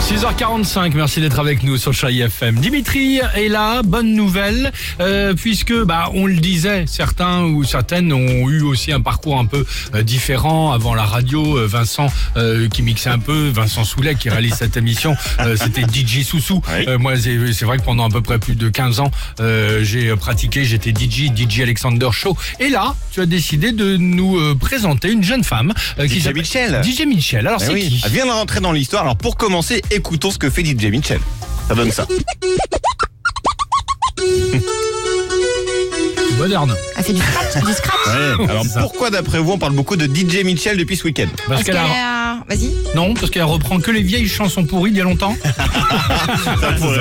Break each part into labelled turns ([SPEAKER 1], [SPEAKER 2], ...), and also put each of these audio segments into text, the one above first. [SPEAKER 1] 16h45, merci d'être avec nous sur Chai FM. Dimitri est là, bonne nouvelle, euh, puisque bah on le disait, certains ou certaines ont eu aussi un parcours un peu euh, différent avant la radio. euh, Vincent euh, qui mixait un peu, Vincent Soulet qui réalise cette émission, euh, c'était DJ Soussou.
[SPEAKER 2] Oui.
[SPEAKER 1] Euh, moi c'est c'est vrai que pendant à peu près plus de 15 ans, euh, j'ai pratiqué, j'étais DJ, DJ Alexander Show. Et là, tu as décidé de nous euh, présenter une jeune femme euh,
[SPEAKER 2] DJ
[SPEAKER 1] s'appelle-
[SPEAKER 2] Mitchell.
[SPEAKER 1] DJ Mitchell. Alors
[SPEAKER 2] Eh
[SPEAKER 1] c'est
[SPEAKER 2] oui,
[SPEAKER 1] qui
[SPEAKER 2] elle vient de rentrer dans l'histoire. Alors pour commencer, écoutons ce que fait DJ Mitchell. Ça donne ça.
[SPEAKER 1] Moderne.
[SPEAKER 3] Elle fait Ah, du scratch, du scratch.
[SPEAKER 2] Alors pourquoi d'après vous on parle beaucoup de DJ Mitchell depuis ce week-end
[SPEAKER 1] Parce qu'elle a-
[SPEAKER 3] a... Vas-y.
[SPEAKER 1] Non, parce qu'elle reprend que les vieilles chansons pourries d'il y a longtemps.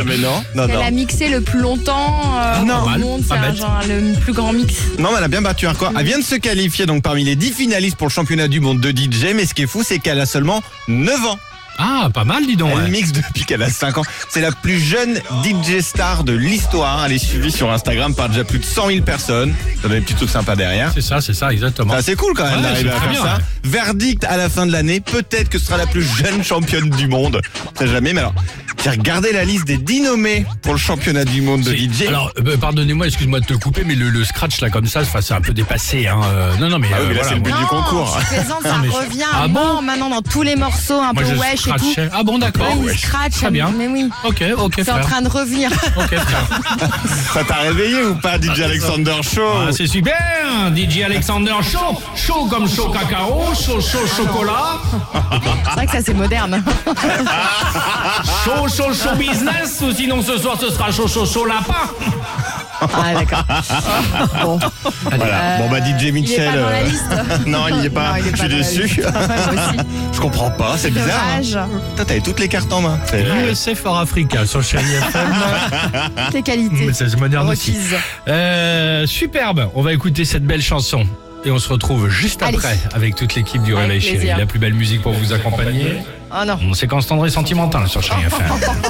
[SPEAKER 2] Mais non, non,
[SPEAKER 3] Elle
[SPEAKER 2] non.
[SPEAKER 3] a mixé le plus longtemps euh,
[SPEAKER 2] Non.
[SPEAKER 3] au
[SPEAKER 1] Pas mal,
[SPEAKER 3] monde.
[SPEAKER 1] pas
[SPEAKER 3] C'est un
[SPEAKER 1] bête.
[SPEAKER 3] genre le plus grand mix.
[SPEAKER 2] Non, mais elle a bien battu un record. Elle vient de se qualifier donc parmi les 10 finalistes pour le championnat du monde de DJ. Mais ce qui est fou, c'est qu'elle a seulement 9 ans.
[SPEAKER 1] Ah, pas mal, dis donc.
[SPEAKER 2] Elle
[SPEAKER 1] ouais.
[SPEAKER 2] mixe depuis qu'elle a 5 ans. C'est la plus jeune DJ star de l'histoire. Elle est suivie sur Instagram par déjà plus de 100 000 personnes. Ça donne des petits trucs sympas derrière.
[SPEAKER 1] C'est ça, c'est ça, exactement.
[SPEAKER 2] Ah, c'est cool quand même
[SPEAKER 1] Ouais, c'est
[SPEAKER 2] d'arriver à
[SPEAKER 1] très bien,
[SPEAKER 2] faire ça.
[SPEAKER 1] ouais.
[SPEAKER 2] Verdict à la fin de l'année, peut-être que ce sera la plus jeune championne du monde. On sait jamais, mais alors, j'ai regardé la liste des 10 nommés pour le championnat du monde de
[SPEAKER 1] C'est-
[SPEAKER 2] DJ.
[SPEAKER 1] Alors, euh, bah, pardonnez-moi, excuse-moi de te couper, mais le, le scratch là comme ça, enfin, c'est un peu dépassé. Hein. euh, non, non, mais,
[SPEAKER 2] Ah oui, mais là, c'est le but.
[SPEAKER 1] moi-
[SPEAKER 2] du
[SPEAKER 3] non,
[SPEAKER 2] concours.
[SPEAKER 3] je suis plaisante, ça
[SPEAKER 1] mais je-
[SPEAKER 3] revient.
[SPEAKER 1] Ah
[SPEAKER 3] à
[SPEAKER 1] bon
[SPEAKER 3] mort Maintenant, dans tous les morceaux, un
[SPEAKER 1] moi,
[SPEAKER 3] peu
[SPEAKER 1] je
[SPEAKER 3] wesh et tout.
[SPEAKER 1] scratchais. Ah bon, d'accord.
[SPEAKER 3] Ouais, il
[SPEAKER 1] ouais.
[SPEAKER 3] scratch.
[SPEAKER 1] Très bien.
[SPEAKER 3] Mais oui.
[SPEAKER 1] Ok, ok,
[SPEAKER 3] C'est en
[SPEAKER 1] frère.
[SPEAKER 3] train de revenir.
[SPEAKER 1] Ok, frère.
[SPEAKER 2] Ça t'a réveillé ou pas, DJ Alexander Show
[SPEAKER 1] Ah, c'est super, DJ Alexander chaud, chaud comme chaud cacao, chaud chaud chocolat,
[SPEAKER 3] C'est vrai que ça, c'est moderne.
[SPEAKER 1] chaud chaud chaud business, ou sinon ce soir ce sera chaud chaud chaud lapin.
[SPEAKER 3] Ah, d'accord. Bon.
[SPEAKER 2] Voilà. Bon, bah, DJ
[SPEAKER 3] Il est
[SPEAKER 2] Mitchell.
[SPEAKER 3] pas dans la
[SPEAKER 2] euh,
[SPEAKER 3] liste.
[SPEAKER 2] non, il n'y est pas.
[SPEAKER 3] il est
[SPEAKER 2] Je suis
[SPEAKER 3] dans la
[SPEAKER 2] déçu.
[SPEAKER 3] liste. Ouais, moi aussi.
[SPEAKER 2] Je comprends pas, c'est bizarre. hein.
[SPEAKER 3] Dommage.
[SPEAKER 2] Putain, T'avais toutes les cartes en main. C'est-
[SPEAKER 1] USA for Africa sur Chérie FM.
[SPEAKER 3] Tes qualités.
[SPEAKER 1] Mais ça, c'est moderne aussi.
[SPEAKER 3] requises.
[SPEAKER 1] Euh, superbe, on va écouter cette belle chanson. Et on se retrouve juste
[SPEAKER 3] Allez.
[SPEAKER 1] après avec toute l'équipe du
[SPEAKER 3] Avec
[SPEAKER 1] Réveil Chéri.
[SPEAKER 3] plaisir.
[SPEAKER 1] La plus belle musique pour vous accompagner.
[SPEAKER 3] Oh non.
[SPEAKER 1] Mon séquence tendresse sentimentale sur Chéri FM.